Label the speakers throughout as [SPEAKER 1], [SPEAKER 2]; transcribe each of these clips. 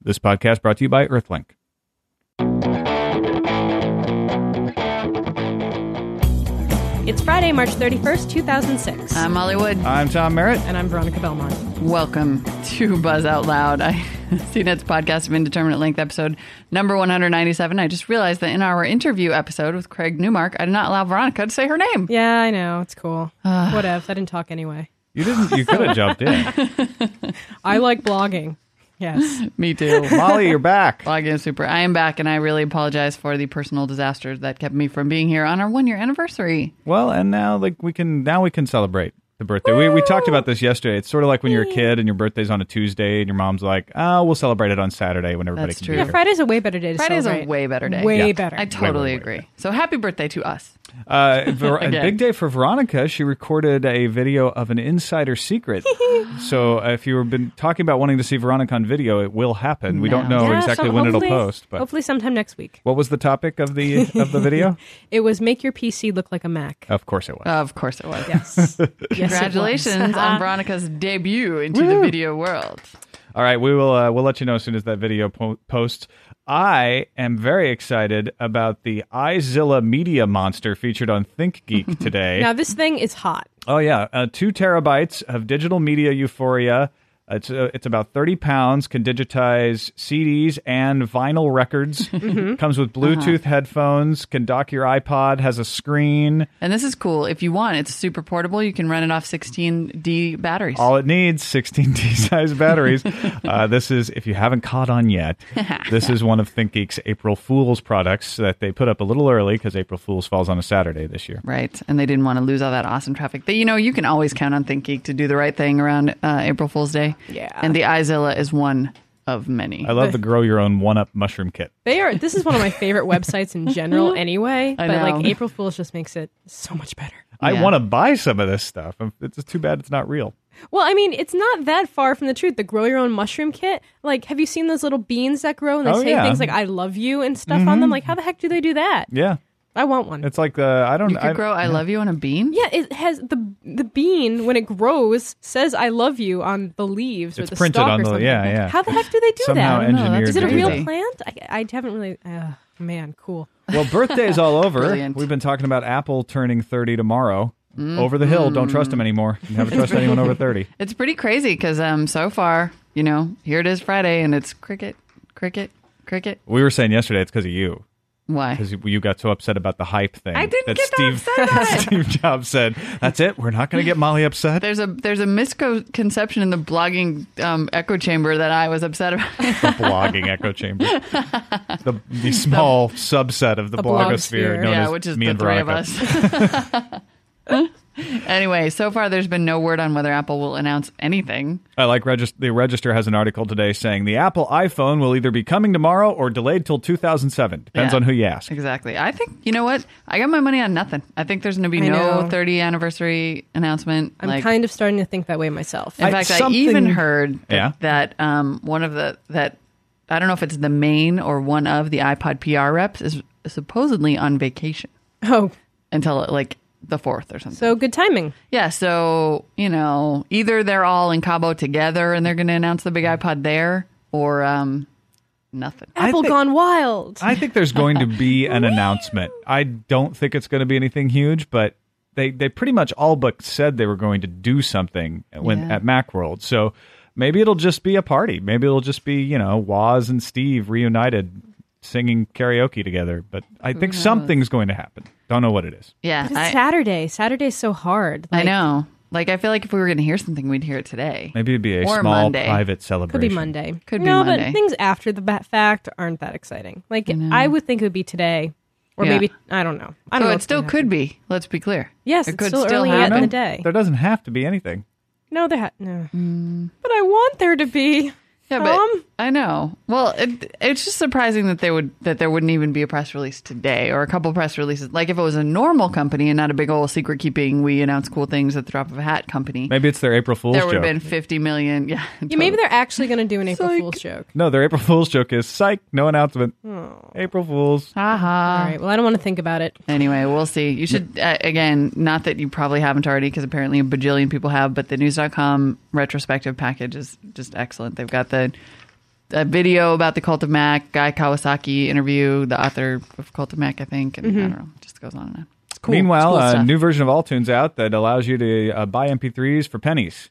[SPEAKER 1] This podcast brought to you by Earthlink.
[SPEAKER 2] It's Friday, March 31st, 2006.
[SPEAKER 3] I'm Uh, Molly Wood.
[SPEAKER 1] I'm Tom Merritt.
[SPEAKER 2] and I'm Veronica Belmont.
[SPEAKER 3] Welcome to Buzz Out Loud, I CNET's podcast of indeterminate length episode number 197. I just realized that in our interview episode with Craig Newmark, I did not allow Veronica to say her name.
[SPEAKER 2] Yeah, I know. It's cool.
[SPEAKER 3] Ah.
[SPEAKER 2] Whatever. I didn't talk anyway.
[SPEAKER 1] You didn't. You could have jumped in.
[SPEAKER 2] I like blogging. Yes.
[SPEAKER 3] Me too.
[SPEAKER 1] Molly, you're back.
[SPEAKER 3] Login super. I am back and I really apologize for the personal disaster that kept me from being here on our one year anniversary.
[SPEAKER 1] Well, and now like we can now we can celebrate the birthday. We we talked about this yesterday. It's sort of like when you're a kid and your birthday's on a Tuesday and your mom's like, "Oh, we'll celebrate it on Saturday when everybody
[SPEAKER 3] That's
[SPEAKER 1] can
[SPEAKER 3] true.
[SPEAKER 1] be
[SPEAKER 3] Yeah,
[SPEAKER 1] here."
[SPEAKER 2] Friday's a way better day to
[SPEAKER 3] Friday's
[SPEAKER 2] celebrate.
[SPEAKER 3] a way better day.
[SPEAKER 2] Way
[SPEAKER 1] Yeah.
[SPEAKER 2] better.
[SPEAKER 3] I totally
[SPEAKER 1] way
[SPEAKER 3] agree.
[SPEAKER 1] better.
[SPEAKER 3] So happy birthday to us.
[SPEAKER 1] Uh, Ver- a
[SPEAKER 3] Again.
[SPEAKER 1] big day for Veronica. She recorded a video of an insider secret. so uh, if you've been talking about wanting to see Veronica on video, it will happen. We don't
[SPEAKER 3] No.
[SPEAKER 1] know
[SPEAKER 2] Yeah,
[SPEAKER 1] exactly
[SPEAKER 2] so
[SPEAKER 1] when it'll
[SPEAKER 2] hopefully-
[SPEAKER 1] post, but
[SPEAKER 2] Hopefully sometime next week.
[SPEAKER 1] what was the topic of the of the video?
[SPEAKER 2] It was Make Your PC Look Like a Mac.
[SPEAKER 1] of course, it was.
[SPEAKER 3] Of course it was.
[SPEAKER 2] yes. Yes, it
[SPEAKER 3] Congratulations
[SPEAKER 2] was. Uh-huh.
[SPEAKER 3] on Veronica's debut into the video world.
[SPEAKER 1] All right, we will uh, we'll let you know as soon as that video po- posts. I am very excited about the iZilla Media Monster featured on ThinkGeek today.
[SPEAKER 2] Now, this thing is hot.
[SPEAKER 1] Oh yeah, uh, two terabytes of digital media euphoria. It's uh, it's about thirty pounds. Can digitize CDs and vinyl records. Comes with Bluetooth headphones. Can dock your iPod. Has a screen.
[SPEAKER 3] And this is cool. If you want, it's super portable. You can run it off 16D batteries.
[SPEAKER 1] All it needs 16 D size batteries. uh, this is, if you haven't caught on yet, this is one of ThinkGeek's April Fool's products that they put up a little early because April Fool's falls on a Saturday this year.
[SPEAKER 3] right. And they didn't want to lose all that awesome traffic. But you know, you can always count on ThinkGeek to do the right thing around uh, April Fool's Day.
[SPEAKER 2] Yeah.
[SPEAKER 3] And the iZilla is one of many.
[SPEAKER 1] I love the grow your own one up mushroom kit.
[SPEAKER 2] They are. This is one of my favorite websites in general, anyway.
[SPEAKER 3] I
[SPEAKER 2] but
[SPEAKER 3] know.
[SPEAKER 2] like April Fools just makes it so much better.
[SPEAKER 1] I
[SPEAKER 3] Yeah.
[SPEAKER 1] want to buy some of this stuff. Um, It's just too bad it's not real.
[SPEAKER 2] Well, I mean, it's not that far from the truth. The grow your own mushroom kit. Like, have you seen those little beans that grow and they
[SPEAKER 1] Oh,
[SPEAKER 2] say
[SPEAKER 1] yeah.
[SPEAKER 2] things like "I love you" and stuff on them? Like, how the heck do they do that?
[SPEAKER 1] Yeah.
[SPEAKER 2] I want one.
[SPEAKER 1] It's like the, I don't
[SPEAKER 3] you could
[SPEAKER 1] I,
[SPEAKER 3] grow I Love You on a bean?
[SPEAKER 2] yeah, it has the the bean when it grows says "I love you" on the leaves
[SPEAKER 1] It's
[SPEAKER 2] or the
[SPEAKER 1] printed
[SPEAKER 2] stalk
[SPEAKER 1] on
[SPEAKER 2] or
[SPEAKER 1] the-
[SPEAKER 2] something.
[SPEAKER 1] yeah,
[SPEAKER 2] Like,
[SPEAKER 1] yeah.
[SPEAKER 2] How the heck do they do
[SPEAKER 1] somehow
[SPEAKER 2] that?
[SPEAKER 3] I don't know. That's
[SPEAKER 1] engineered
[SPEAKER 2] Is it a
[SPEAKER 1] to do
[SPEAKER 2] real
[SPEAKER 1] that.
[SPEAKER 3] crazy.
[SPEAKER 2] plant? I, I haven't really. Uh, man, cool.
[SPEAKER 1] Well, birthday's all over.
[SPEAKER 3] Brilliant. Mm-hmm.
[SPEAKER 1] We've been talking about Apple turning 30 tomorrow. Over the hill, don't trust him anymore. Never trust anyone over 30.
[SPEAKER 3] It's pretty crazy because um, so far, you know, here it is Friday and it's cricket, cricket, cricket.
[SPEAKER 1] We were saying yesterday it's because of you.
[SPEAKER 3] Why?
[SPEAKER 1] because you got so upset about the hype thing.
[SPEAKER 3] I didn't
[SPEAKER 1] that
[SPEAKER 3] get that
[SPEAKER 1] Steve,
[SPEAKER 3] upset about it.
[SPEAKER 1] Steve Jobs said, "That's it. We're not going to get Molly upset."
[SPEAKER 3] There's a there's a misconception in the blogging um, echo chamber that I was upset about.
[SPEAKER 1] the blogging echo chamber, the, the small subset of the,
[SPEAKER 2] the
[SPEAKER 1] blogosphere,
[SPEAKER 2] blogosphere.
[SPEAKER 1] known
[SPEAKER 3] yeah,
[SPEAKER 1] as
[SPEAKER 3] which is
[SPEAKER 1] me
[SPEAKER 3] the
[SPEAKER 1] and
[SPEAKER 3] three of
[SPEAKER 1] Veronica.
[SPEAKER 3] us. anyway, so far there's been no word on whether Apple will announce anything.
[SPEAKER 1] I like regis- the Register has an article today saying the Apple iPhone will either be coming tomorrow or delayed till 2007. Depends
[SPEAKER 3] Yeah.
[SPEAKER 1] on who you ask.
[SPEAKER 3] Exactly. I think you know what? I got my money on nothing. I think there's going to be
[SPEAKER 2] I
[SPEAKER 3] no
[SPEAKER 2] know.
[SPEAKER 3] 30 anniversary announcement.
[SPEAKER 2] I'm
[SPEAKER 3] like,
[SPEAKER 2] kind of starting to think that way myself.
[SPEAKER 3] in
[SPEAKER 1] I-
[SPEAKER 3] fact, I
[SPEAKER 1] something-
[SPEAKER 3] even heard that,
[SPEAKER 1] Yeah.
[SPEAKER 3] that um, one of the that I don't know if it's the main or one of the iPod PR reps is supposedly on vacation
[SPEAKER 2] oh,
[SPEAKER 3] until like the fourth or something.
[SPEAKER 2] so good timing.
[SPEAKER 3] Yeah, so you know, either they're all in Cabo together and they're going to announce the big iPod there, or um, nothing.
[SPEAKER 2] Apple
[SPEAKER 1] think-
[SPEAKER 2] gone wild.
[SPEAKER 1] I think there's going to be an announcement. I don't think it's going to be anything huge, but they, they pretty much all but said they were going to do something when
[SPEAKER 3] Yeah.
[SPEAKER 1] at Macworld. So maybe it'll just be a party. Maybe it'll just be you know Waz and Steve reunited singing karaoke together. But I think something's going to happen. Don't know what it is.
[SPEAKER 3] Yeah,
[SPEAKER 2] But it's
[SPEAKER 3] I,
[SPEAKER 2] Saturday. Saturday's so hard.
[SPEAKER 3] I
[SPEAKER 2] Like,
[SPEAKER 3] know. Like, I feel like if we were going to hear something, we'd hear it today.
[SPEAKER 1] Maybe it'd be a
[SPEAKER 3] Or
[SPEAKER 1] small
[SPEAKER 3] Monday.
[SPEAKER 1] private
[SPEAKER 2] Could
[SPEAKER 1] celebration.
[SPEAKER 2] be Monday.
[SPEAKER 3] Could be
[SPEAKER 2] no,
[SPEAKER 3] Monday.
[SPEAKER 2] but things after the ba- fact aren't that exciting. Like I would think it would be today, or
[SPEAKER 3] Yeah.
[SPEAKER 2] maybe I don't know. I don't
[SPEAKER 3] So
[SPEAKER 2] know.
[SPEAKER 3] it
[SPEAKER 2] what's
[SPEAKER 3] still
[SPEAKER 2] gonna
[SPEAKER 3] could be. Let's be clear.
[SPEAKER 2] Yes,
[SPEAKER 3] it
[SPEAKER 2] it's
[SPEAKER 3] could
[SPEAKER 2] still
[SPEAKER 3] still
[SPEAKER 2] early yet in
[SPEAKER 3] happen.
[SPEAKER 2] the day.
[SPEAKER 1] There doesn't have to be anything.
[SPEAKER 2] happen. No, there ha- no. But I want there to be.
[SPEAKER 3] Yeah, but
[SPEAKER 2] Um,
[SPEAKER 3] I know. Well, it, it's just surprising that they would that there wouldn't even be a press release today or a couple press releases. Like if it was a normal company and not a big old secret keeping, we announce cool things at the drop of a hat company.
[SPEAKER 1] Maybe it's their April Fool's
[SPEAKER 3] there would
[SPEAKER 1] joke.
[SPEAKER 3] have been fifty million. Yeah,
[SPEAKER 2] Yeah, maybe they're actually going to do an April
[SPEAKER 3] Psych.
[SPEAKER 2] Fool's joke.
[SPEAKER 1] no, their April Fool's joke is psych. No announcement.
[SPEAKER 3] Oh.
[SPEAKER 1] April Fool's.
[SPEAKER 3] Haha.
[SPEAKER 2] All right. Well, I don't want to think about it.
[SPEAKER 3] Anyway, we'll see. You should, uh, again, not that you probably haven't already, because apparently a bajillion people have, but the news.com retrospective package is just excellent. They've got the a video about the Cult of Mac, Guy Kawasaki interview, the author of Cult of Mac, I think, and I don't know, it just goes on and on. It's cool.
[SPEAKER 1] Mm-hmm. Meanwhile,
[SPEAKER 3] It's cool
[SPEAKER 1] a
[SPEAKER 3] stuff.
[SPEAKER 1] new version of Alltunes out that allows you to uh, buy MP3s for pennies.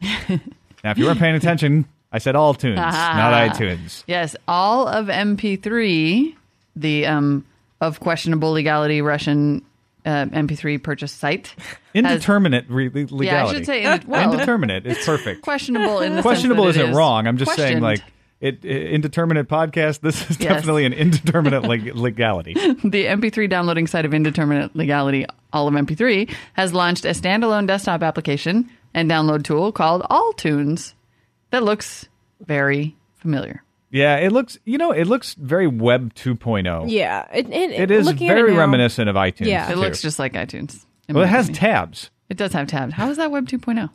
[SPEAKER 1] now, if you weren't paying attention, I said Alltunes,
[SPEAKER 3] Ah.
[SPEAKER 1] not iTunes.
[SPEAKER 3] yes, all of MP3, the um of questionable legality Russian uh, MP3 purchase site. has-
[SPEAKER 1] Indeterminate re- le- legality.
[SPEAKER 3] Yeah, I should say in, well,
[SPEAKER 1] Indeterminate is perfect.
[SPEAKER 3] questionable in the sense
[SPEAKER 1] Questionable
[SPEAKER 3] that it
[SPEAKER 1] isn't
[SPEAKER 3] is
[SPEAKER 1] wrong. I'm just saying,
[SPEAKER 3] questioned.
[SPEAKER 1] like, it, i- indeterminate podcast. This is
[SPEAKER 3] Yes.
[SPEAKER 1] definitely an indeterminate leg- legality.
[SPEAKER 3] The MP3 downloading site of indeterminate legality, all of MP3, has launched a standalone desktop application and download tool called AllTunes that looks very familiar.
[SPEAKER 1] Yeah, it looks. You know, it looks very Web 2.0.
[SPEAKER 2] Yeah, it, it,
[SPEAKER 1] It is
[SPEAKER 2] looking
[SPEAKER 1] very
[SPEAKER 2] at it now-
[SPEAKER 1] reminiscent of iTunes.
[SPEAKER 2] Yeah.
[SPEAKER 3] It
[SPEAKER 1] too.
[SPEAKER 3] looks just like iTunes. in
[SPEAKER 1] Well, it
[SPEAKER 3] my
[SPEAKER 1] has
[SPEAKER 3] opinion.
[SPEAKER 1] tabs.
[SPEAKER 3] it does have tabs. How is that Web 2.0?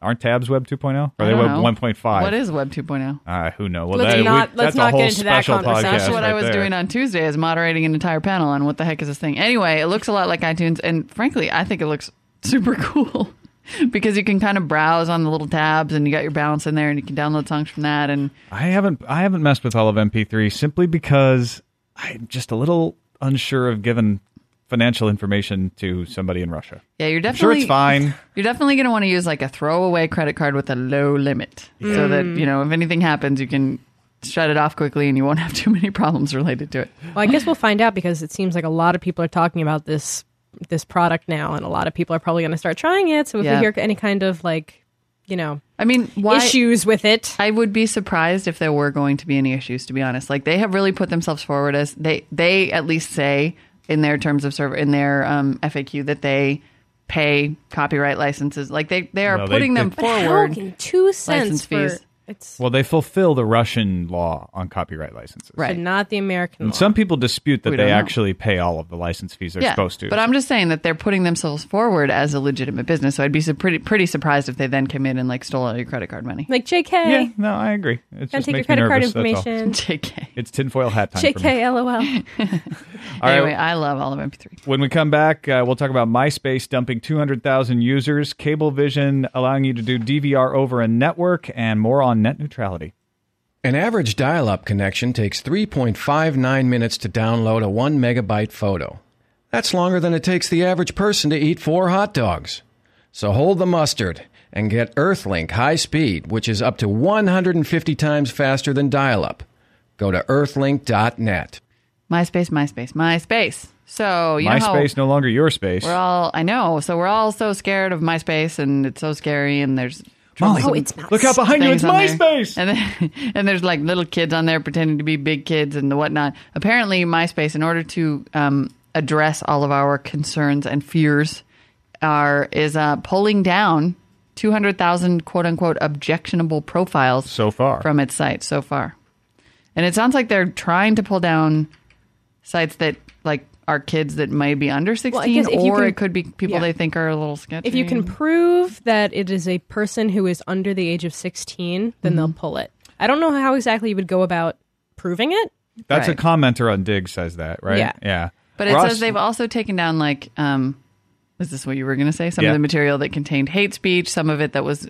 [SPEAKER 1] Aren't tabs Web 2.0? Or Are
[SPEAKER 3] I
[SPEAKER 1] they
[SPEAKER 3] don't
[SPEAKER 1] Web
[SPEAKER 3] know.
[SPEAKER 1] 1.5?
[SPEAKER 3] What is Web oh? 2.0?
[SPEAKER 1] Uh, who knows? Well,
[SPEAKER 2] Let's
[SPEAKER 1] that,
[SPEAKER 2] not-
[SPEAKER 1] we,
[SPEAKER 2] let's
[SPEAKER 1] that's a
[SPEAKER 2] not
[SPEAKER 1] whole
[SPEAKER 2] get into that
[SPEAKER 1] special
[SPEAKER 2] conversation.
[SPEAKER 1] podcast
[SPEAKER 2] That's
[SPEAKER 3] That's what I
[SPEAKER 1] right
[SPEAKER 3] was
[SPEAKER 1] there.
[SPEAKER 3] doing on Tuesday is moderating an entire panel on what the heck is this thing. Anyway, it looks a lot like iTunes, and frankly, I think it looks super cool because you can kind of browse on the little tabs, and you got your balance in there, and you can download songs from that. And
[SPEAKER 1] I haven't I haven't messed with all of MP3 simply because I'm just a little unsure of giving financial information to somebody in Russia.
[SPEAKER 3] yeah, you're
[SPEAKER 1] I'm sure
[SPEAKER 3] definitely
[SPEAKER 1] it's fine.
[SPEAKER 3] you're definitely going to want to use like a throwaway credit card with a low limit, so that you know if anything happens, you can shut it off quickly, and you won't have too many problems related to it.
[SPEAKER 2] Well, I guess we'll find out because it seems like a lot of people are talking about this this product now, and a lot of people are probably going to start trying it. So if
[SPEAKER 3] Yeah.
[SPEAKER 2] we hear any kind of like, you know,
[SPEAKER 3] I mean, why?
[SPEAKER 2] issues with it,
[SPEAKER 3] I would be surprised if there were going to be any issues. To be honest, like they have really put themselves forward as they they at least say in their terms of service in their um, FAQ that they pay copyright licenses. Like they they are
[SPEAKER 1] No, they-
[SPEAKER 3] putting them
[SPEAKER 1] they-
[SPEAKER 3] forward.
[SPEAKER 2] How can two cents
[SPEAKER 3] License
[SPEAKER 2] for
[SPEAKER 3] fees.
[SPEAKER 2] it's
[SPEAKER 1] Well, they fulfill the Russian law on copyright licenses.
[SPEAKER 3] Right.
[SPEAKER 2] but not the American.
[SPEAKER 1] And
[SPEAKER 2] law.
[SPEAKER 1] some people dispute that
[SPEAKER 3] We
[SPEAKER 1] they
[SPEAKER 3] don't know.
[SPEAKER 1] actually pay all of the license fees they're supposed to.
[SPEAKER 3] But I'm just saying that they're putting themselves forward as a legitimate business. So I'd be su- pretty pretty surprised if they then came in and like stole all your credit card money.
[SPEAKER 2] like JK,
[SPEAKER 1] yeah, no, I agree. It
[SPEAKER 2] and
[SPEAKER 1] just
[SPEAKER 2] take your
[SPEAKER 1] makes me
[SPEAKER 2] credit card
[SPEAKER 1] nervous. That's all.
[SPEAKER 2] information.
[SPEAKER 3] Jk.
[SPEAKER 1] It's tinfoil hat time. For me.
[SPEAKER 2] JK, lol.
[SPEAKER 1] All right,
[SPEAKER 3] anyway, I love all of MP3.
[SPEAKER 1] When we come back, uh, we'll talk about MySpace dumping 200,000 users, Cablevision allowing you to do DVR over a network, and more on net neutrality.
[SPEAKER 4] An average dial up connection takes 3.59 minutes to download a 1 megabyte photo. That's longer than it takes the average person to eat four hot dogs. So hold the mustard and get Earthlink High Speed, which is up to 150 times faster than dial up. Go to earthlink.net.
[SPEAKER 3] MySpace, MySpace, MySpace. So you know how
[SPEAKER 1] MySpace no longer your space.
[SPEAKER 3] We're all I know, so we're all so scared of MySpace, and it's so scary, and there's Molly,
[SPEAKER 2] Oh, it's not.
[SPEAKER 1] Look out behind you! It's MySpace.
[SPEAKER 3] and then, and there's like little kids on there pretending to be big kids and the whatnot. Apparently, MySpace, in order to um, address all of our concerns and fears, are is uh, pulling down 200,000 quote unquote objectionable profiles
[SPEAKER 1] So far.
[SPEAKER 3] from its site so far. And it sounds like they're trying to pull down sites that like are kids that may be under 16
[SPEAKER 2] guess if you
[SPEAKER 3] or
[SPEAKER 2] can-
[SPEAKER 3] it could be people
[SPEAKER 2] yeah.
[SPEAKER 3] they think are a little sketchy.
[SPEAKER 2] If you can prove that it is a person who is under the age of 16, then they'll pull it. I don't know how exactly you would go about proving it.
[SPEAKER 1] That's
[SPEAKER 3] Right.
[SPEAKER 1] a commenter on Dig says that, right?
[SPEAKER 2] Yeah.
[SPEAKER 1] yeah.
[SPEAKER 3] But it
[SPEAKER 1] Ross-
[SPEAKER 3] says they've also taken down like um is this what you were going to say? Some
[SPEAKER 1] Yeah.
[SPEAKER 3] of the material that contained hate speech, some of it that was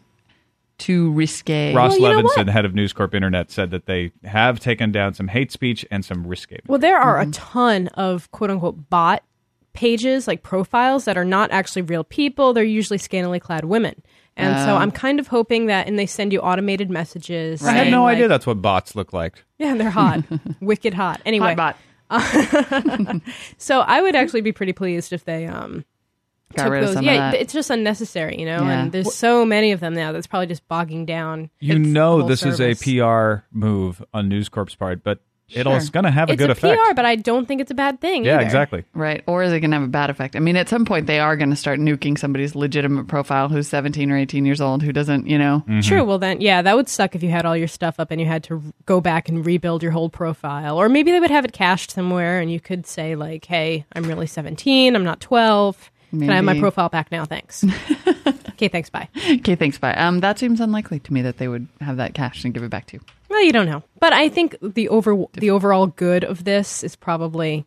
[SPEAKER 3] too risque.
[SPEAKER 1] Ross
[SPEAKER 2] Well, you know
[SPEAKER 1] Levinson,
[SPEAKER 2] what?
[SPEAKER 1] head of News Corp Internet, said that they have taken down some hate speech and some risque.
[SPEAKER 2] Well, there are a ton of quote unquote bot pages, like profiles that are not actually real people. They're usually scantily clad women. And so I'm kind of hoping that, and they send you automated messages.
[SPEAKER 1] I had
[SPEAKER 3] Right.
[SPEAKER 1] no
[SPEAKER 2] like-
[SPEAKER 1] idea that's what bots look like.
[SPEAKER 2] Yeah, and they're hot, wicked hot. Anyway,
[SPEAKER 3] Hot bot.
[SPEAKER 2] so I would actually be pretty pleased if they um,
[SPEAKER 3] Got
[SPEAKER 2] took
[SPEAKER 3] rid of
[SPEAKER 2] those-
[SPEAKER 3] some
[SPEAKER 2] yeah,
[SPEAKER 3] of that.
[SPEAKER 2] it's just unnecessary, you know.
[SPEAKER 3] Yeah.
[SPEAKER 2] And there's so many of them now that's probably just bogging down.
[SPEAKER 1] You
[SPEAKER 2] It's the
[SPEAKER 1] know,
[SPEAKER 2] whole
[SPEAKER 1] this
[SPEAKER 2] service.
[SPEAKER 1] is a PR move on News Corp's part, but it'll, it's going to have a
[SPEAKER 2] it's
[SPEAKER 1] good
[SPEAKER 2] a
[SPEAKER 1] effect.
[SPEAKER 2] PR, but I don't think it's a bad thing.
[SPEAKER 1] yeah,
[SPEAKER 2] either.
[SPEAKER 1] exactly.
[SPEAKER 3] Right. Or is it going to have a bad effect? I mean, at some point, they are going to start nuking somebody's legitimate profile who's 17 or 18 years old who doesn't, you know.
[SPEAKER 1] Mm-hmm.
[SPEAKER 2] Sure. Well, then, yeah, that would suck if you had all your stuff up and you had to r- go back and rebuild your whole profile. Or maybe they would have it cached somewhere, and you could say like, "Hey, I'm really 17. I'm not 12. Can I have my
[SPEAKER 3] Maybe.
[SPEAKER 2] profile back now? Thanks." okay, thanks. Bye.
[SPEAKER 1] Mm.
[SPEAKER 3] Okay, thanks. Bye. Um, that seems unlikely to me that they would have that cash and give it back to you.
[SPEAKER 2] Well, you don't know, but I think the over the overall good of this is probably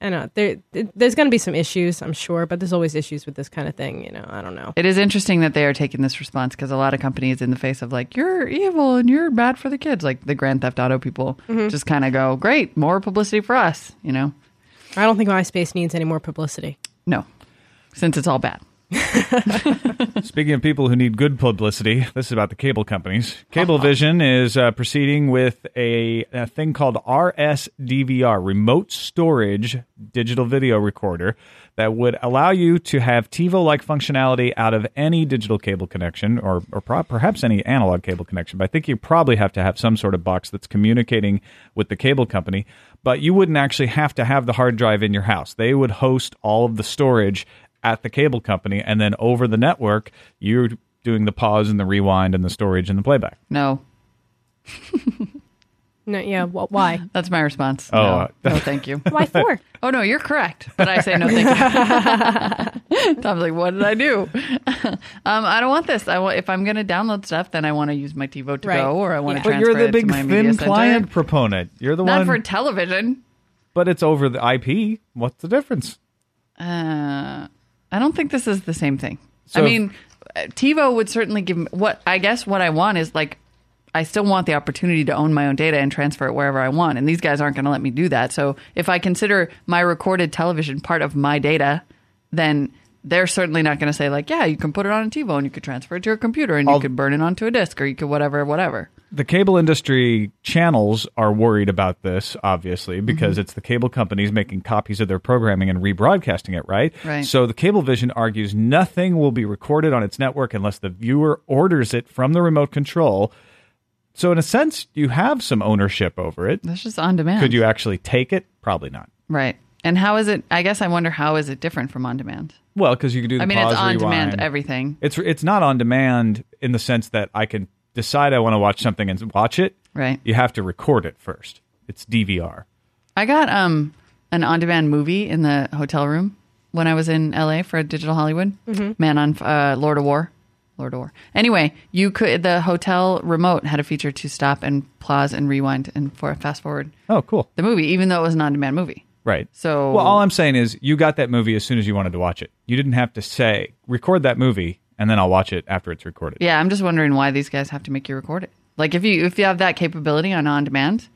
[SPEAKER 2] I know there, th- there's going to be some issues, I'm sure, but there's always issues with this kind of thing. You know, I don't know.
[SPEAKER 3] It is interesting that they are taking this response because a lot of companies, in the face of like you're evil and you're bad for the kids, like the Grand Theft Auto people,
[SPEAKER 1] Mm-hmm.
[SPEAKER 3] just kind of go, "Great, more publicity for us," you know?
[SPEAKER 2] I don't think MySpace needs any more publicity.
[SPEAKER 3] No, since it's all bad.
[SPEAKER 1] Speaking of people who need good publicity, this is about the cable companies. Cablevision is uh, proceeding with a, a thing called RSDVR, Remote Storage Digital Video Recorder, that would allow you to have TiVo like functionality out of any digital cable connection or, or pro- perhaps any analog cable connection. But I think you probably have to have some sort of box that's communicating with the cable company. But you wouldn't actually have to have the hard drive in your house, they would host all of the storage at the cable company, and then over the network, you're doing the pause and the rewind and the storage and the playback.
[SPEAKER 3] No,
[SPEAKER 2] No, yeah, wh- why?
[SPEAKER 3] that's my response.
[SPEAKER 1] Oh,
[SPEAKER 3] no,
[SPEAKER 1] uh,
[SPEAKER 3] no thank you.
[SPEAKER 2] why for?
[SPEAKER 3] Oh no, you're correct. But I say no, thank you. Tom's like, what did I do? um, I don't want this. I want if I'm going to download stuff, then I want to use my TiVo to
[SPEAKER 2] Right.
[SPEAKER 3] go, or I want
[SPEAKER 2] Yeah.
[SPEAKER 3] to
[SPEAKER 1] But
[SPEAKER 3] transfer
[SPEAKER 1] you're the
[SPEAKER 3] it
[SPEAKER 1] big
[SPEAKER 3] to my media
[SPEAKER 1] thin
[SPEAKER 3] center.
[SPEAKER 1] client proponent. You're the
[SPEAKER 3] Not
[SPEAKER 1] one,
[SPEAKER 3] for television.
[SPEAKER 1] but it's over the IP. What's the difference?
[SPEAKER 3] Uh, I don't think this is the same thing.
[SPEAKER 1] So-
[SPEAKER 3] I mean, uh, TiVo would certainly give me what I guess what I want is like I still want the opportunity to own my own data and transfer it wherever I want, and these guys aren't going to let me do that. So if I consider my recorded television part of my data, then they're certainly not going to say like, yeah, you can put it on a TiVo and you could transfer it to your computer and
[SPEAKER 1] I'll-
[SPEAKER 3] you could burn it onto a disk or you could whatever, whatever.
[SPEAKER 1] The cable industry channels are worried about this, obviously, because it's the cable companies making copies of their programming and rebroadcasting it, right?
[SPEAKER 3] Right.
[SPEAKER 1] So the Cablevision argues nothing will be recorded on its network unless the viewer orders it from the remote control. So in a sense, you have some ownership over it.
[SPEAKER 3] That's just on demand.
[SPEAKER 1] Could you actually take it? Probably not.
[SPEAKER 3] Right. And how is it? I guess I wonder how is it different from on demand?
[SPEAKER 1] Well, because you can do. The
[SPEAKER 3] I mean, it's
[SPEAKER 1] pause,
[SPEAKER 3] on
[SPEAKER 1] rewind.
[SPEAKER 3] demand everything.
[SPEAKER 1] It's it's not on demand in the sense that I can decide I want to watch something and watch it.
[SPEAKER 3] Right.
[SPEAKER 1] You have to record it first. It's DVR.
[SPEAKER 3] I got um an on-demand movie in the hotel room when I was in LA for Digital Hollywood. Man on uh, Lord of War, Lord of War. Anyway, you could the hotel remote had a feature to stop and pause and rewind and for fast forward
[SPEAKER 1] Oh, cool.
[SPEAKER 3] the movie, even though it was an on-demand movie.
[SPEAKER 1] Right.
[SPEAKER 3] So-
[SPEAKER 1] well, all I'm saying is you got that movie as soon as you wanted to watch it. You didn't have to say record that movie and then I'll watch it after it's recorded.
[SPEAKER 3] Yeah, I'm just wondering why these guys have to make you record it. Like if you if you have that capability on on-demand,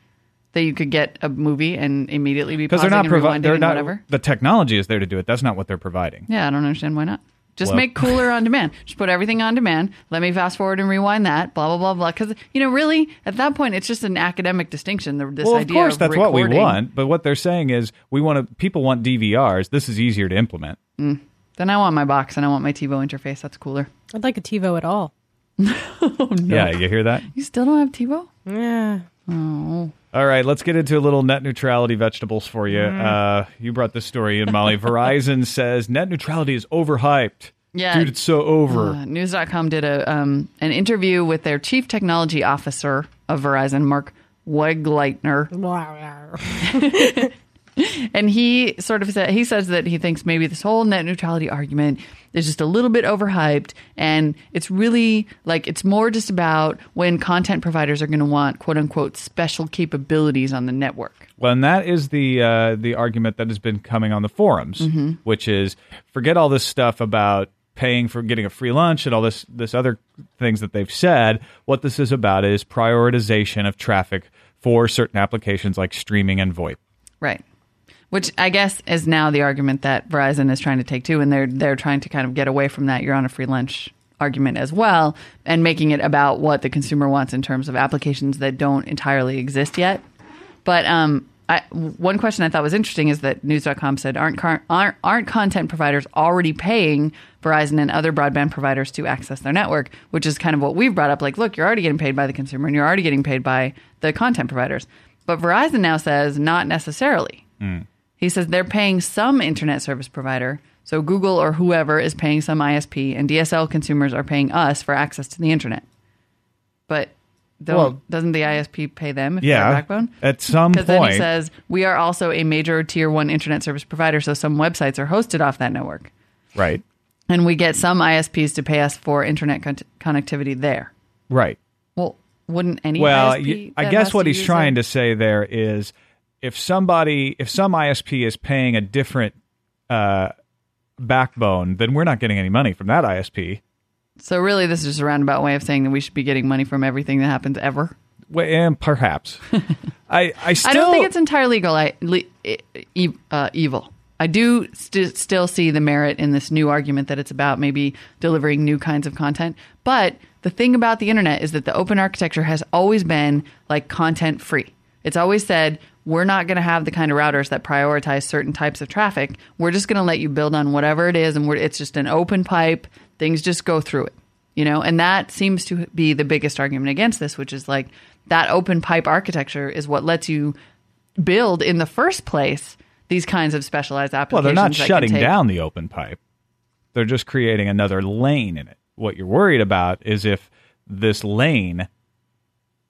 [SPEAKER 3] that you could get a movie and immediately be
[SPEAKER 1] Because
[SPEAKER 3] pausing
[SPEAKER 1] they're not
[SPEAKER 3] and
[SPEAKER 1] providing.
[SPEAKER 3] rewinding
[SPEAKER 1] They're
[SPEAKER 3] and
[SPEAKER 1] not.
[SPEAKER 3] whatever.
[SPEAKER 1] The technology is there to do it. That's not what they're providing.
[SPEAKER 3] Yeah, I don't understand why not. Just
[SPEAKER 1] Well-
[SPEAKER 3] make cooler on demand. Just put everything on demand. Let me fast forward and rewind that. Blah blah blah blah. Because you know, really, at that point, it's just an academic distinction. the- This
[SPEAKER 1] well, of
[SPEAKER 3] idea
[SPEAKER 1] course,
[SPEAKER 3] of
[SPEAKER 1] that's what we
[SPEAKER 3] recording.
[SPEAKER 1] want. But what they're saying is we want to. People want DVRs. This is easier to implement.
[SPEAKER 3] Then I want my box and I want my TiVo interface. That's cooler.
[SPEAKER 2] I'd like a TiVo at all.
[SPEAKER 1] Yeah, you hear that?
[SPEAKER 3] You still don't have TiVo? Oh.
[SPEAKER 2] Yeah.
[SPEAKER 1] All right, let's get into a little net neutrality vegetables for you.
[SPEAKER 3] Mm-hmm.
[SPEAKER 1] Uh, you brought this story in, Molly. Verizon says net neutrality is overhyped.
[SPEAKER 3] Yeah.
[SPEAKER 1] Dude, it's so over.
[SPEAKER 3] Uh, News.com did a um, an interview with their chief technology officer of Verizon, Mark Wegleitner. and he sort of said he says that he thinks maybe this whole net neutrality argument is just a little bit overhyped and it's really like it's more just about when content providers are going to want quote unquote special capabilities on the network
[SPEAKER 1] Well, and that is the uh, the argument that has been coming on the forums,
[SPEAKER 3] Mm-hmm.
[SPEAKER 1] which is forget all this stuff about paying for getting a free lunch and all this this other things that they've said. What this is about is prioritization of traffic for certain applications like streaming and VoIP.
[SPEAKER 3] right which i guess is now the argument that verizon is trying to take too and they're they're trying to kind of get away from that you're on a free lunch argument as well and making it about what the consumer wants in terms of applications that don't entirely exist yet But um, I, one question I thought was interesting is that News.com said aren't, car- aren't aren't content providers already paying Verizon and other broadband providers to access their network, which is kind of what we've brought up. Like, look, you're already getting paid by the consumer, and you're already getting paid by the content providers. But Verizon now says not necessarily.
[SPEAKER 1] Hmm.
[SPEAKER 3] He says they're paying some internet service provider. So Google or whoever is paying some ISP, and DSL consumers are paying us for access to the internet. But don't,
[SPEAKER 1] Well-
[SPEAKER 3] doesn't the ISP pay them if they're
[SPEAKER 1] Yeah,
[SPEAKER 3] backbone?
[SPEAKER 1] at some
[SPEAKER 3] Because then he
[SPEAKER 1] point,
[SPEAKER 3] says, we are also a major tier one internet service provider, so some websites are hosted off that network.
[SPEAKER 1] right,
[SPEAKER 3] And we get some ISPs to pay us for internet con- connectivity there.
[SPEAKER 1] right.
[SPEAKER 3] Well, wouldn't any
[SPEAKER 1] Well,
[SPEAKER 3] ISP
[SPEAKER 1] y- I
[SPEAKER 3] that
[SPEAKER 1] guess
[SPEAKER 3] has
[SPEAKER 1] what
[SPEAKER 3] to
[SPEAKER 1] he's
[SPEAKER 3] use
[SPEAKER 1] trying to
[SPEAKER 3] it-
[SPEAKER 1] say there is if somebody if some ISP is paying a different uh, backbone, then we're not getting any money from that ISP.
[SPEAKER 3] So really, this is just a roundabout way of saying that we should be getting money from everything that happens ever.
[SPEAKER 1] Well, and perhaps I I still
[SPEAKER 3] I don't think it's entirely legal. I, le, e- uh, evil. I do st- still see the merit in this new argument that it's about maybe delivering new kinds of content. But the thing about the internet is that the open architecture has always been like content free. It's always said we're not going to have the kind of routers that prioritize certain types of traffic. We're just going to let you build on whatever it is, and we're, it's just an open pipe. Things just go through it, you know. And that seems to be the biggest argument against this, which is like that open pipe architecture is what lets you build in the first place these kinds of specialized
[SPEAKER 1] well,
[SPEAKER 3] applications.
[SPEAKER 1] they're not
[SPEAKER 3] that can
[SPEAKER 1] shutting
[SPEAKER 3] take-
[SPEAKER 1] down the open pipe. They're just creating another lane in it. What you're worried about is if this lane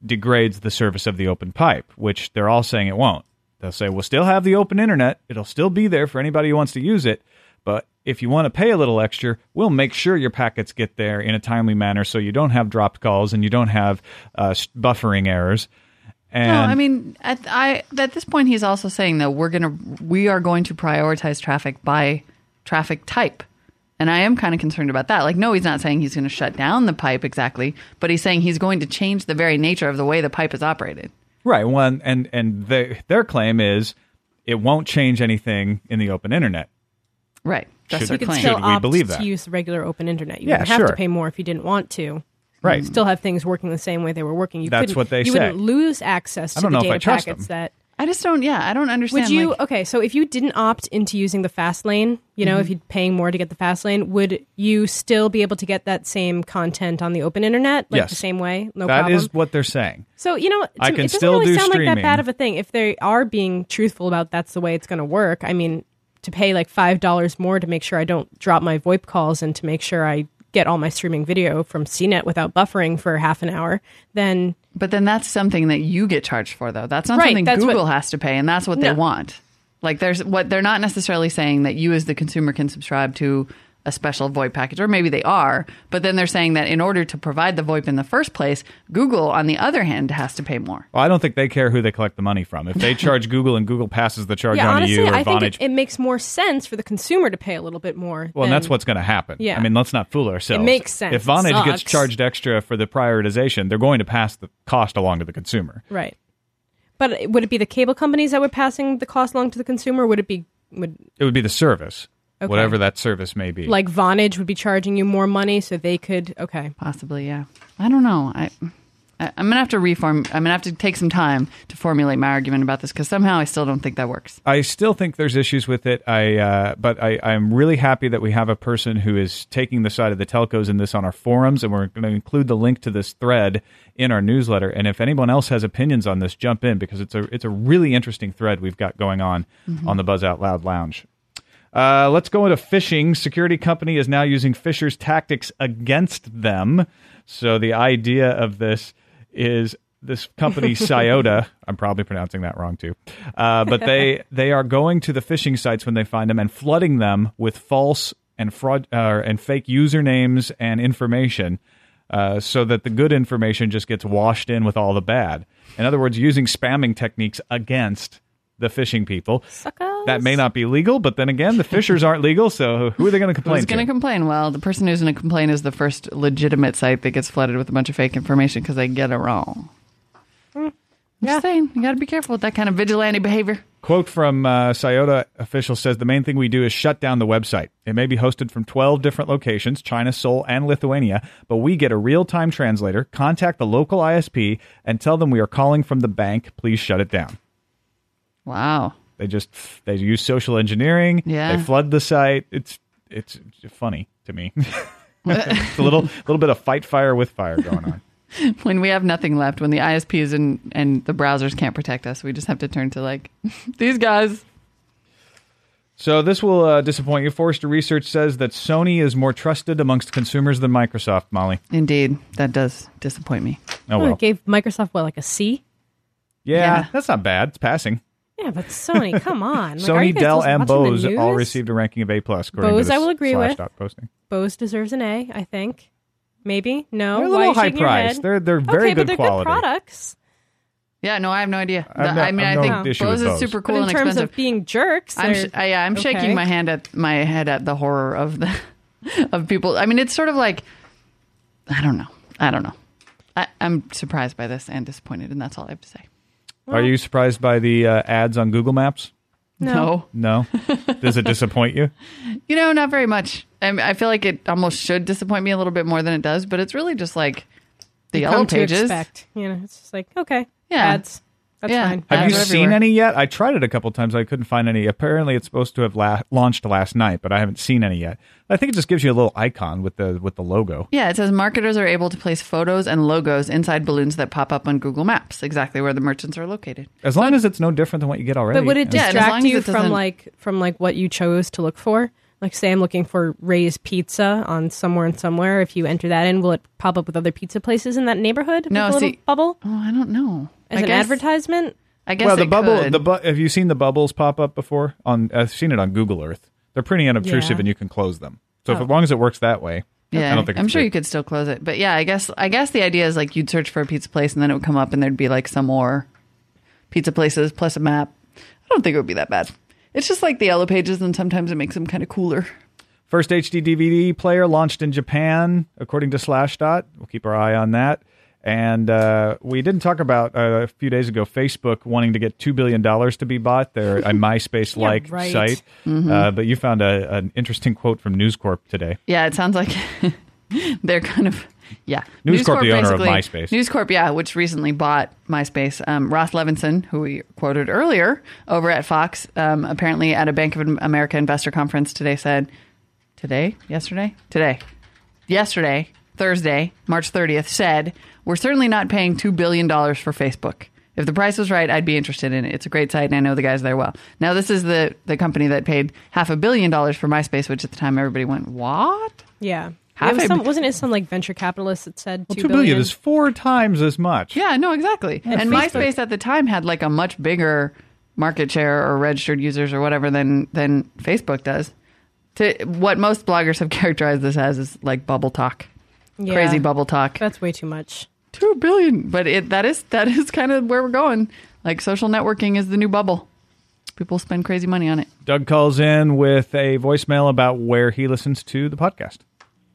[SPEAKER 1] degrades the service of the open pipe, which they're all saying it won't. They'll say we'll still have the open internet. It'll still be there for anybody who wants to use it. But if you want to pay a little extra, we'll make sure your packets get there in a timely manner, so you don't have dropped calls and you don't have uh, s- buffering errors. And
[SPEAKER 3] No, I mean, at, I, at this point, he's also saying that we're gonna we are going to prioritize traffic by traffic type, and I am kind of concerned about that. Like, no, he's not saying he's going to shut down the pipe exactly, but he's saying he's going to change the very nature of the way the pipe is operated.
[SPEAKER 1] Right. One and and they, their claim is it won't change anything in the open internet.
[SPEAKER 3] Right. That's
[SPEAKER 1] Should-
[SPEAKER 3] their
[SPEAKER 1] You could
[SPEAKER 3] claim.
[SPEAKER 2] Still
[SPEAKER 1] Should we
[SPEAKER 2] opt
[SPEAKER 1] believe that?
[SPEAKER 2] to use regular open internet. You
[SPEAKER 1] Yeah,
[SPEAKER 2] would have
[SPEAKER 1] sure.
[SPEAKER 2] to pay more if you didn't want to.
[SPEAKER 1] Right.
[SPEAKER 2] Still have things working the same way they were working. You
[SPEAKER 1] That's
[SPEAKER 2] couldn't-
[SPEAKER 1] what they
[SPEAKER 2] You
[SPEAKER 1] say.
[SPEAKER 2] wouldn't lose access to
[SPEAKER 1] I don't
[SPEAKER 2] the
[SPEAKER 1] know if I
[SPEAKER 2] data
[SPEAKER 1] trust
[SPEAKER 2] packets
[SPEAKER 1] them.
[SPEAKER 2] that
[SPEAKER 3] I just don't. Yeah, I don't understand.
[SPEAKER 2] Would you
[SPEAKER 3] like-
[SPEAKER 2] okay? So if you didn't opt into using the fast lane, you know,
[SPEAKER 1] Mm-hmm.
[SPEAKER 2] if you're paying more to get the fast lane, would you still be able to get that same content on the open internet, like
[SPEAKER 1] Yes.
[SPEAKER 2] the same way? No
[SPEAKER 1] That
[SPEAKER 2] problem.
[SPEAKER 1] is what they're saying.
[SPEAKER 2] so you know, to
[SPEAKER 1] I
[SPEAKER 2] me,
[SPEAKER 1] can
[SPEAKER 2] it doesn't
[SPEAKER 1] still
[SPEAKER 2] really
[SPEAKER 1] do
[SPEAKER 2] sound like
[SPEAKER 1] streaming.
[SPEAKER 2] that bad of a thing. If they are being truthful about that's the way it's going to work, I mean, to pay like five dollars more to make sure I don't drop my VoIP calls and to make sure I get all my streaming video from CNET without buffering for half an hour, then
[SPEAKER 3] But then that's something that you get charged for, though. That's not
[SPEAKER 2] Right,
[SPEAKER 3] something
[SPEAKER 2] that's what-
[SPEAKER 3] Google has to pay, and that's what they
[SPEAKER 2] No.
[SPEAKER 3] want. Like, there's what they're not necessarily saying that you as the consumer can subscribe to a special VoIP package, or maybe they are. But then they're saying that in order to provide the VoIP in the first place, Google, on the other hand, has to pay more.
[SPEAKER 1] Well, I don't think they care who they collect the money from. If they charge Google and Google passes the charge
[SPEAKER 2] yeah,
[SPEAKER 1] on
[SPEAKER 2] honestly,
[SPEAKER 1] to you or
[SPEAKER 2] I think
[SPEAKER 1] Vonage,
[SPEAKER 2] it, it makes more sense for the consumer to pay a little bit more.
[SPEAKER 1] well, and
[SPEAKER 2] than-
[SPEAKER 1] that's what's going to happen.
[SPEAKER 2] Yeah.
[SPEAKER 1] I mean, let's not fool ourselves.
[SPEAKER 2] makes sense.
[SPEAKER 1] If
[SPEAKER 2] It
[SPEAKER 1] Vonage gets
[SPEAKER 2] sucks.
[SPEAKER 1] charged extra for the prioritization, they're going to pass the cost along to the consumer.
[SPEAKER 2] Right. But would it be the cable companies that were passing the cost along to the consumer? Would it be would
[SPEAKER 1] It would be the service,
[SPEAKER 2] Okay.
[SPEAKER 1] whatever that service may be.
[SPEAKER 2] like Vonage would be charging you more money so they could okay.
[SPEAKER 3] Possibly, yeah. I don't know. I, I I'm gonna have to reform. I'm gonna have to take some time to formulate my argument about this because somehow I still don't think that works.
[SPEAKER 1] I still think there's issues with it. I uh, but I, I'm really happy that we have a person who is taking the side of the telcos in this on our forums, and we're going to include the link to this thread in our newsletter. And if anyone else has opinions on this, jump in because it's a it's a really interesting thread we've got going on on the Buzz Out Loud Lounge. Uh, let's go into phishing. Security company is now using Fisher's tactics against them. So the idea of this is this company Sciota. I'm probably pronouncing that wrong too, uh, but they they are going to the phishing sites when they find them and flooding them with false and fraud uh, and fake usernames and information. Uh, so that the good information just gets washed in with all the bad. In other words, using spamming techniques against the phishing people. That may not be legal, but then again, the Fishers aren't legal, so who are they going to complain
[SPEAKER 3] Who's going to
[SPEAKER 1] to?
[SPEAKER 3] complain? Well, the person who's going to complain is the first legitimate site that gets flooded with a bunch of fake information because they get it wrong.
[SPEAKER 2] Hmm.
[SPEAKER 3] I'm just saying, you got to be careful with that kind of vigilante behavior.
[SPEAKER 1] Quote from uh, Sciota official says the main thing we do is shut down the website. It may be hosted from 12 different locations, China, Seoul, and Lithuania, but we get a real time translator, contact the local ISP, and tell them we are calling from the bank. Please shut it down.
[SPEAKER 3] Wow.
[SPEAKER 1] They just they use social engineering.
[SPEAKER 3] Yeah.
[SPEAKER 1] They flood the site. It's it's funny to me. it's a little little bit of fight fire with fire going on.
[SPEAKER 3] When we have nothing left, when the ISPs and, and the browsers can't protect us, we just have to turn to like these guys.
[SPEAKER 1] So this will uh, disappoint you. Forrester Research says that Sony is more trusted amongst consumers than Microsoft. Molly,
[SPEAKER 3] Indeed, that does disappoint me.
[SPEAKER 1] oh
[SPEAKER 2] Oh,
[SPEAKER 1] well,
[SPEAKER 2] it gave Microsoft what like a C?
[SPEAKER 1] yeah,
[SPEAKER 3] yeah.
[SPEAKER 1] that's not bad. It's passing.
[SPEAKER 2] Yeah, but Sony, come on. Like, are you
[SPEAKER 1] Sony,
[SPEAKER 2] guys
[SPEAKER 1] Dell,
[SPEAKER 2] just
[SPEAKER 1] and
[SPEAKER 2] watching the
[SPEAKER 1] Bose all
[SPEAKER 2] news?
[SPEAKER 1] received a ranking of A plus. according to
[SPEAKER 2] Bose,
[SPEAKER 1] the
[SPEAKER 2] I will agree
[SPEAKER 1] Slashdot
[SPEAKER 2] with.
[SPEAKER 1] posting.
[SPEAKER 2] Bose deserves an A, I think. Maybe no.
[SPEAKER 1] They're a
[SPEAKER 2] Why are
[SPEAKER 1] little
[SPEAKER 2] you
[SPEAKER 1] high
[SPEAKER 2] shaking your
[SPEAKER 1] price.
[SPEAKER 2] head?
[SPEAKER 1] They're they're very
[SPEAKER 2] okay,
[SPEAKER 1] good
[SPEAKER 2] but they're
[SPEAKER 1] quality.
[SPEAKER 2] good products.
[SPEAKER 3] Yeah, no, I have no idea.
[SPEAKER 1] I have
[SPEAKER 3] The-
[SPEAKER 1] no-
[SPEAKER 3] I mean,
[SPEAKER 1] I have
[SPEAKER 3] I
[SPEAKER 1] no
[SPEAKER 3] think
[SPEAKER 1] issue
[SPEAKER 3] Bose
[SPEAKER 1] with
[SPEAKER 3] is
[SPEAKER 1] Bose.
[SPEAKER 3] super
[SPEAKER 2] But
[SPEAKER 3] cool
[SPEAKER 2] in
[SPEAKER 3] and
[SPEAKER 2] terms
[SPEAKER 3] expensive.
[SPEAKER 2] of being jerks,
[SPEAKER 3] I'm, sh-
[SPEAKER 2] they're-
[SPEAKER 3] I, I'm shaking
[SPEAKER 2] okay.
[SPEAKER 3] my hand at my head at the horror of the of people. I mean, it's sort of like I don't know. I don't know. I, I'm surprised by this and disappointed, and that's all I have to say.
[SPEAKER 1] Are you surprised by the uh, ads on Google Maps?
[SPEAKER 2] No.
[SPEAKER 1] No. Does it disappoint you?
[SPEAKER 3] you know, not very much. I, mean, I feel like it almost should disappoint me a little bit more than it does, but it's really just like the yellow
[SPEAKER 2] come
[SPEAKER 3] pages.
[SPEAKER 2] To expect. You know, it's just like okay,
[SPEAKER 3] Yeah.
[SPEAKER 2] ads. That's
[SPEAKER 3] Yeah.
[SPEAKER 2] fine.
[SPEAKER 1] Have
[SPEAKER 3] Ads
[SPEAKER 1] you
[SPEAKER 3] are
[SPEAKER 1] seen
[SPEAKER 3] everywhere.
[SPEAKER 1] any yet? I tried it a couple times. I couldn't find any. Apparently, it's supposed to have la- launched last night, but I haven't seen any yet. I think it just gives you a little icon with the with the logo.
[SPEAKER 3] Yeah, it says marketers are able to place photos and logos inside balloons that pop up on Google Maps, exactly where the merchants are located.
[SPEAKER 1] As long as it's no different than what you get already.
[SPEAKER 2] But would it
[SPEAKER 1] And-
[SPEAKER 3] Yeah, and as long
[SPEAKER 2] distract
[SPEAKER 3] as
[SPEAKER 2] you
[SPEAKER 3] it
[SPEAKER 2] from
[SPEAKER 3] doesn't-
[SPEAKER 2] like from like what you chose to look for? Like say I'm looking for Ray's Pizza on somewhere and somewhere. If you enter that in, will it pop up with other pizza places in that neighborhood?
[SPEAKER 3] No,
[SPEAKER 2] with a little
[SPEAKER 3] see-
[SPEAKER 2] bubble
[SPEAKER 3] Oh, I don't know.
[SPEAKER 2] as
[SPEAKER 3] I
[SPEAKER 2] an
[SPEAKER 3] guess,
[SPEAKER 2] advertisement.
[SPEAKER 3] I guess
[SPEAKER 1] well, the
[SPEAKER 3] it
[SPEAKER 1] bubble.
[SPEAKER 3] could.
[SPEAKER 1] The bu- have you seen the bubbles pop up before? On I've seen it on Google Earth. They're pretty unobtrusive,
[SPEAKER 2] Yeah.
[SPEAKER 1] and you can close them. So if,
[SPEAKER 2] Oh.
[SPEAKER 1] as long as it works that way,
[SPEAKER 3] Yeah,
[SPEAKER 1] I don't think
[SPEAKER 3] am
[SPEAKER 1] it's
[SPEAKER 3] sure
[SPEAKER 1] big.
[SPEAKER 3] you could still close it, but yeah, I guess I guess the idea is like you'd search for a pizza place and then it would come up and there'd be like some more pizza places plus a map. I don't think it would be that bad. It's just like the yellow pages, and sometimes it makes them kind of cooler.
[SPEAKER 1] First HD DVD player launched in Japan, according to Slashdot. We'll keep our eye on that. And uh, we didn't talk about uh, a few days ago Facebook wanting to get two billion dollars to be bought. They're a MySpace like
[SPEAKER 2] Yeah, right.
[SPEAKER 1] site, uh, but you found a, an interesting quote from News Corp today.
[SPEAKER 3] Yeah, it sounds like they're kind of yeah.
[SPEAKER 1] News Corp, the owner of
[SPEAKER 3] basically-
[SPEAKER 1] MySpace.
[SPEAKER 3] News Corp, yeah, which recently bought MySpace. Um, Ross Levinson, who we quoted earlier over at Fox, um, apparently at a Bank of America investor conference today said, today, yesterday, today, yesterday, Thursday, March 30th, said, We're certainly not paying $2 billion for Facebook. If the price was right, I'd be interested in it. It's a great site, and I know the guys there well. Now, this is the, the company that paid half a billion dollars for MySpace, which at the time everybody went, What?
[SPEAKER 2] Yeah.
[SPEAKER 3] Half
[SPEAKER 2] It was
[SPEAKER 3] a-
[SPEAKER 2] some, wasn't it some like venture capitalist that said
[SPEAKER 1] Well,
[SPEAKER 2] two
[SPEAKER 1] two billion is four times as much.
[SPEAKER 3] Yeah, no, exactly. and
[SPEAKER 1] Facebook.
[SPEAKER 3] MySpace at the time had like a much bigger market share or registered users or whatever than than Facebook does. To what most bloggers have characterized this as is like bubble talk,
[SPEAKER 2] Yeah.
[SPEAKER 3] crazy bubble talk.
[SPEAKER 2] That's way too much.
[SPEAKER 3] Two billion, but it that is that is kind of where we're going. Like social networking is the new bubble. People spend crazy money on it.
[SPEAKER 1] Doug calls in with a voicemail about where he listens to the podcast.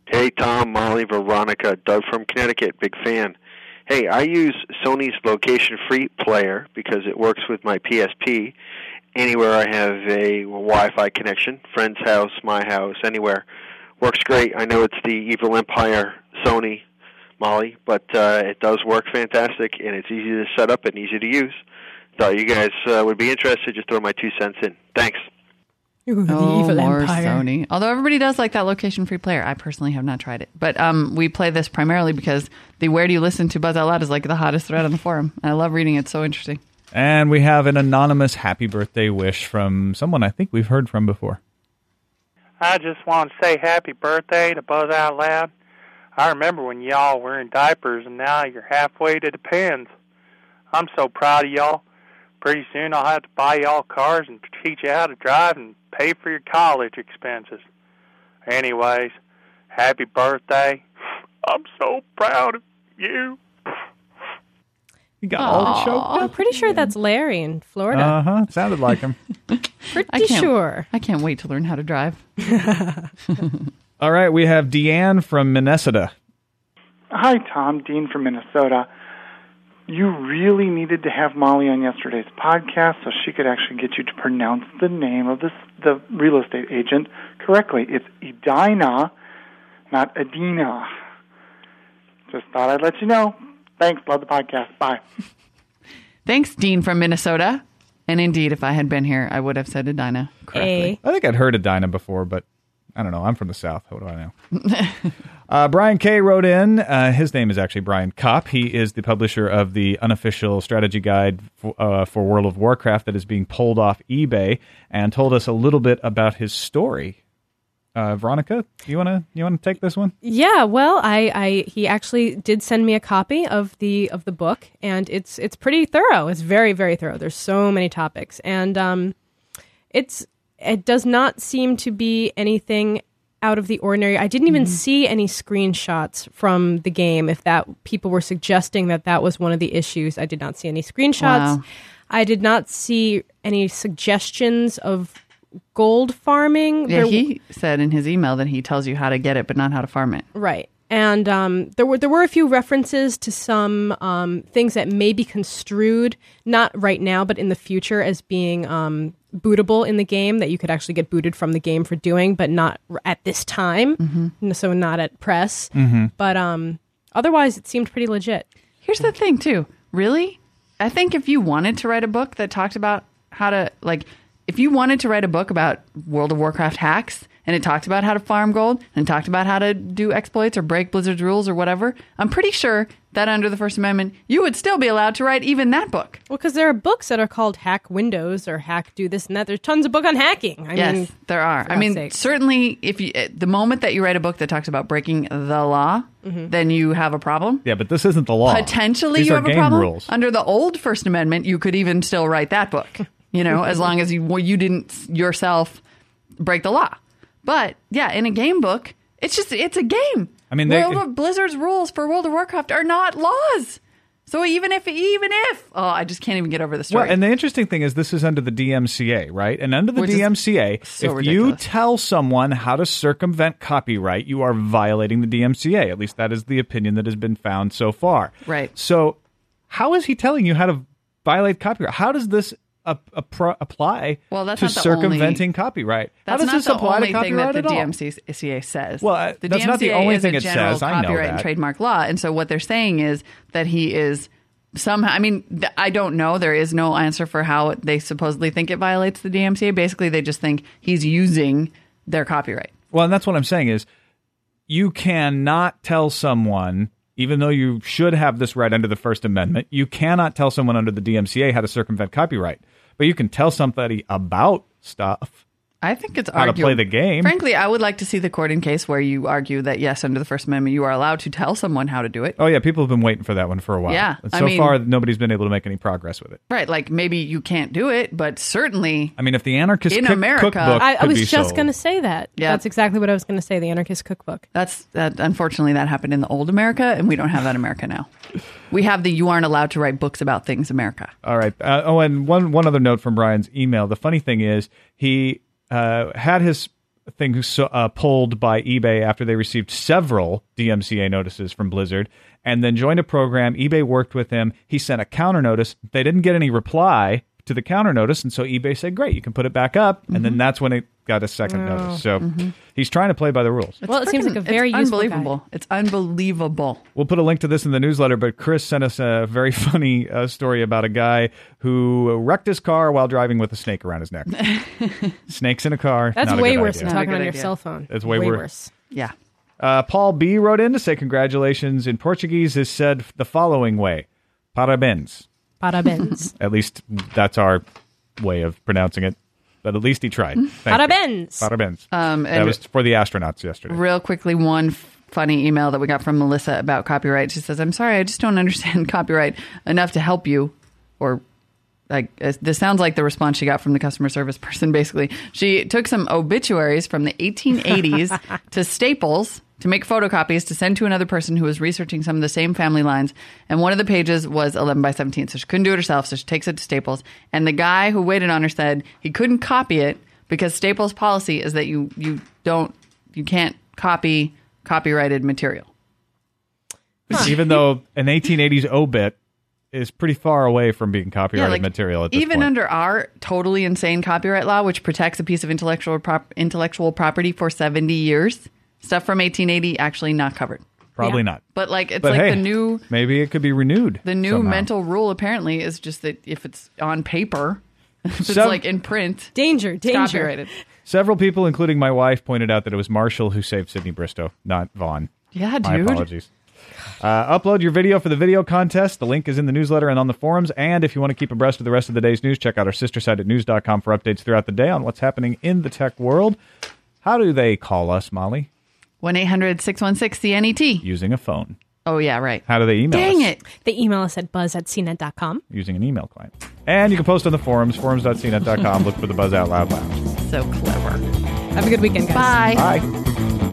[SPEAKER 5] Hey, Tom, Molly, Veronica, Doug from Connecticut, big fan. Hey, I use Sony's Location Free player because it works with my PSP anywhere I have a Wi Fi connection friend's house, my house, anywhere. Works great. I know it's the Evil Empire Sony, Molly, but uh, it does work fantastic and it's easy to set up and easy to use. Thought you guys uh, would be interested. Just throw my two cents in. Thanks.
[SPEAKER 3] oh, more Sony. Although everybody does like that location free player. I personally have not tried it. But um, we play this primarily because the Where Do You Listen to Buzz Out Loud is like the hottest thread on the forum. I love reading it. It's so interesting.
[SPEAKER 1] And we have an anonymous happy birthday wish from someone I think we've heard from before.
[SPEAKER 6] I just want to say happy birthday to Buzz Out Loud. I remember when y'all were in diapers and now you're halfway to the pins. I'm so proud of y'all. Pretty soon I'll have to buy y'all cars and teach you how to drive and pay for your college expenses. Anyways, happy birthday. I'm so proud of you.
[SPEAKER 1] You got all choked
[SPEAKER 2] I'm pretty sure that's Larry in Florida.
[SPEAKER 1] Uh huh. Sounded like him.
[SPEAKER 2] pretty
[SPEAKER 3] I can't,
[SPEAKER 2] sure.
[SPEAKER 3] I can't wait to learn how to drive.
[SPEAKER 1] All right, we have Deanne from Minnesota.
[SPEAKER 7] Hi, Tom, Dean from Minnesota. You really needed to have Molly on yesterday's podcast so she could actually get you to pronounce the name of this the real estate agent correctly. It's Edina, not Adina. Just thought I'd let you know. Thanks. Love the podcast. Bye.
[SPEAKER 3] Thanks, Dean from Minnesota. And indeed, if I had been here, I would have said Edina correctly.
[SPEAKER 2] A.
[SPEAKER 1] I think I'd heard of Dinah before, but I don't know. I'm from the South. What do I know? uh, Brian K. wrote in. Uh, his name is actually Brian Kopp. He is the publisher of the unofficial strategy guide for, uh, for World of Warcraft that is being pulled off eBay and told us a little bit about his story. Uh, Veronica, you want to you want to take this one?
[SPEAKER 2] Yeah, well, I, I he actually did send me a copy of the of the book, and it's it's pretty thorough. It's very very thorough. There's so many topics, and um, it's it does not seem to be anything out of the ordinary. I didn't
[SPEAKER 3] Mm-hmm.
[SPEAKER 2] even see any screenshots from the game. If that people were suggesting that that was one of the issues, I did not see any screenshots.
[SPEAKER 3] Wow.
[SPEAKER 2] I did not see any suggestions of gold farming.
[SPEAKER 3] Yeah,
[SPEAKER 2] There-
[SPEAKER 3] he said in his email that he tells you how to get it, but not how to farm it.
[SPEAKER 2] Right. And um, there were there were a few references to some um, things that may be construed not right now, but in the future as being um, bootable in the game that you could actually get booted from the game for doing, but not r- at this time.
[SPEAKER 3] Mm-hmm.
[SPEAKER 2] N- So not at press.
[SPEAKER 1] Mm-hmm.
[SPEAKER 2] But um, otherwise, it seemed pretty legit.
[SPEAKER 3] Here's the thing, too. Really? I think if you wanted to write a book that talked about how to, like, if you wanted to write a book about World of Warcraft hacks and it talked about how to farm gold and talked about how to do exploits or break Blizzard's rules or whatever, I'm pretty sure that under the First Amendment, you would still be allowed to write even that book.
[SPEAKER 2] Well, because there are books that are called Hack Windows or Hack Do This and That. There's tons of book on hacking. I
[SPEAKER 3] yes,
[SPEAKER 2] mean,
[SPEAKER 3] there are. I mean,
[SPEAKER 2] sakes.
[SPEAKER 3] certainly, if you, eh, the moment that you write a book that talks about breaking the law,
[SPEAKER 2] Mm-hmm.
[SPEAKER 3] then you have a problem.
[SPEAKER 1] Yeah, but this isn't the law.
[SPEAKER 3] potentially
[SPEAKER 1] These
[SPEAKER 3] you
[SPEAKER 1] are
[SPEAKER 3] have a
[SPEAKER 1] game
[SPEAKER 3] problem
[SPEAKER 1] rules.
[SPEAKER 3] under the old first amendment you could even still write that book you know as long as you well, you didn't yourself break the law but yeah in a game book it's just it's a game
[SPEAKER 1] I mean, they-
[SPEAKER 3] World of, blizzard's rules for world of warcraft are not laws so even if even if oh i just can't even get over the story
[SPEAKER 1] Well, and the interesting thing is this is under the DMCA, right? And under the
[SPEAKER 3] Which is
[SPEAKER 1] DMCA,
[SPEAKER 3] so
[SPEAKER 1] if you
[SPEAKER 3] ridiculous.
[SPEAKER 1] tell someone how to circumvent copyright, you are violating the DMCA. At least that is the opinion that has been found so far.
[SPEAKER 3] Right.
[SPEAKER 1] So, how is he telling you how to violate copyright? How does this ap- appro- apply
[SPEAKER 3] Well, that's
[SPEAKER 1] to
[SPEAKER 3] not the
[SPEAKER 1] circumventing
[SPEAKER 3] only-
[SPEAKER 1] copyright? How
[SPEAKER 3] That's
[SPEAKER 1] does
[SPEAKER 3] not
[SPEAKER 1] this
[SPEAKER 3] the
[SPEAKER 1] apply
[SPEAKER 3] only
[SPEAKER 1] to
[SPEAKER 3] thing that
[SPEAKER 1] copyright
[SPEAKER 3] the
[SPEAKER 1] at all?
[SPEAKER 3] DMCA says.
[SPEAKER 1] Well, I-
[SPEAKER 3] the
[SPEAKER 1] that's not the
[SPEAKER 3] DMCA
[SPEAKER 1] only
[SPEAKER 3] is
[SPEAKER 1] thing
[SPEAKER 3] a
[SPEAKER 1] it says.
[SPEAKER 3] general
[SPEAKER 1] I know
[SPEAKER 3] copyright and
[SPEAKER 1] that.
[SPEAKER 3] trademark law, and so what they're saying is that he is somehow. I mean, th- I don't know. There is no answer for how they supposedly think it violates the DMCA. Basically, they just think he's using their copyright.
[SPEAKER 1] Well, and that's what I'm saying is you cannot tell someone, even though you should have this right under the First Amendment, you cannot tell someone under the DMCA how to circumvent copyright. But you can tell somebody about stuff.
[SPEAKER 3] I think it's
[SPEAKER 1] How to play
[SPEAKER 3] arguable.
[SPEAKER 1] the game.
[SPEAKER 3] Frankly, I would like to see the court in case where you argue that yes, under the First Amendment, you are allowed to tell someone how to do it.
[SPEAKER 1] Oh yeah, people have been waiting for that one for a while.
[SPEAKER 3] Yeah,
[SPEAKER 1] And
[SPEAKER 3] I
[SPEAKER 1] so
[SPEAKER 3] mean-
[SPEAKER 1] far nobody's been able to make any progress with it.
[SPEAKER 3] Right? Like maybe you can't do it, but certainly
[SPEAKER 1] I mean, if the anarchist
[SPEAKER 3] In
[SPEAKER 1] cook-
[SPEAKER 3] America-
[SPEAKER 1] cookbook
[SPEAKER 2] I, I
[SPEAKER 1] could
[SPEAKER 2] was
[SPEAKER 1] be
[SPEAKER 2] just
[SPEAKER 1] sold.
[SPEAKER 2] going to say that.
[SPEAKER 3] Yeah.
[SPEAKER 2] That's exactly what I was going to say. The Anarchist Cookbook.
[SPEAKER 3] That's that. Unfortunately, that happened in the old America, and we don't have that America now. We have the "you aren't allowed to write books about things" America.
[SPEAKER 1] All right. Uh, oh, and one one other note from Brian's email. The funny thing is, he uh, had his thing so, uh, pulled by eBay after they received several DMCA notices from Blizzard, and then joined a program. eBay worked with him. He sent a counter notice. They didn't get any reply to the counter notice, and so eBay said, "Great, you can put it back up." And then that's when it got a second notice. So he's trying to play by the rules.
[SPEAKER 2] well, it seems like a
[SPEAKER 3] It's
[SPEAKER 2] very useful guide.
[SPEAKER 3] unbelievable. It's unbelievable.
[SPEAKER 1] We'll put a link to this in the newsletter, but Chris sent us a very funny uh, story about a guy who wrecked his car while driving with a snake around his neck. Snakes in a car.
[SPEAKER 2] That's
[SPEAKER 1] not a
[SPEAKER 2] way
[SPEAKER 1] good
[SPEAKER 2] worse
[SPEAKER 1] idea.
[SPEAKER 2] than
[SPEAKER 3] Not a
[SPEAKER 2] talking
[SPEAKER 3] good
[SPEAKER 2] on your
[SPEAKER 3] idea.
[SPEAKER 2] cell phone.
[SPEAKER 1] It's way wor-
[SPEAKER 2] worse.
[SPEAKER 3] Yeah.
[SPEAKER 1] Uh, Paul B wrote in to say congratulations in Portuguese is said the following way Parabéns.
[SPEAKER 2] Parabéns.
[SPEAKER 1] At least that's our way of pronouncing it, but at least he tried. Thank you.
[SPEAKER 2] Parabéns.
[SPEAKER 1] Parabéns.
[SPEAKER 3] Um,
[SPEAKER 1] that
[SPEAKER 3] and
[SPEAKER 1] was for the astronauts yesterday.
[SPEAKER 3] real quickly, one f- funny email that we got from Melissa about copyright. She says, "I'm sorry, I just don't understand copyright enough to help you, or like uh, this sounds like the response she got from the customer service person basically she took some obituaries from the 1880s to staples to make photocopies to send to another person who was researching some of the same family lines and one of the pages was 11 by 17 so she couldn't do it herself so she takes it to staples and the guy who waited on her said he couldn't copy it because staples policy is that you you don't you can't copy copyrighted material
[SPEAKER 1] Even though an 1880s obit is pretty far away from being copyrighted material at this
[SPEAKER 3] even
[SPEAKER 1] point.
[SPEAKER 3] under our totally insane copyright law, which protects a piece of intellectual prop- intellectual property for seventy years, stuff from eighteen eighty actually not covered.
[SPEAKER 1] Probably not.
[SPEAKER 3] But like it's
[SPEAKER 1] But
[SPEAKER 3] like
[SPEAKER 1] hey,
[SPEAKER 3] the new
[SPEAKER 1] maybe it could be renewed.
[SPEAKER 3] the new
[SPEAKER 1] somehow.
[SPEAKER 3] mental rule apparently is just that if it's on paper, if it's
[SPEAKER 1] Some-
[SPEAKER 3] like in print,
[SPEAKER 2] Danger,
[SPEAKER 3] it's
[SPEAKER 2] danger.
[SPEAKER 3] copyrighted.
[SPEAKER 1] Several people, including my wife, pointed out that it was Marshall who saved Sidney Bristow, not Vaughn.
[SPEAKER 3] Yeah,
[SPEAKER 1] My
[SPEAKER 3] dude.
[SPEAKER 1] apologies. Uh, upload your video for the video contest. The link is in the newsletter and on the forums. And if you want to keep abreast of the rest of the day's news, check out our sister site at news.com for updates throughout the day on what's happening in the tech world. How do they call us, Molly?
[SPEAKER 3] One 616 CNET.
[SPEAKER 1] Using a phone.
[SPEAKER 3] E Oh yeah, right.
[SPEAKER 1] How do they email us?
[SPEAKER 3] Dang it.
[SPEAKER 2] They email us at buzz at cnet.com.
[SPEAKER 1] Using an email client. And you can post on the forums, forums.cnet.com. Look for the Buzz Out Loud Lounge.
[SPEAKER 3] So clever.
[SPEAKER 2] Have a good weekend, guys.
[SPEAKER 3] Bye.
[SPEAKER 1] Bye.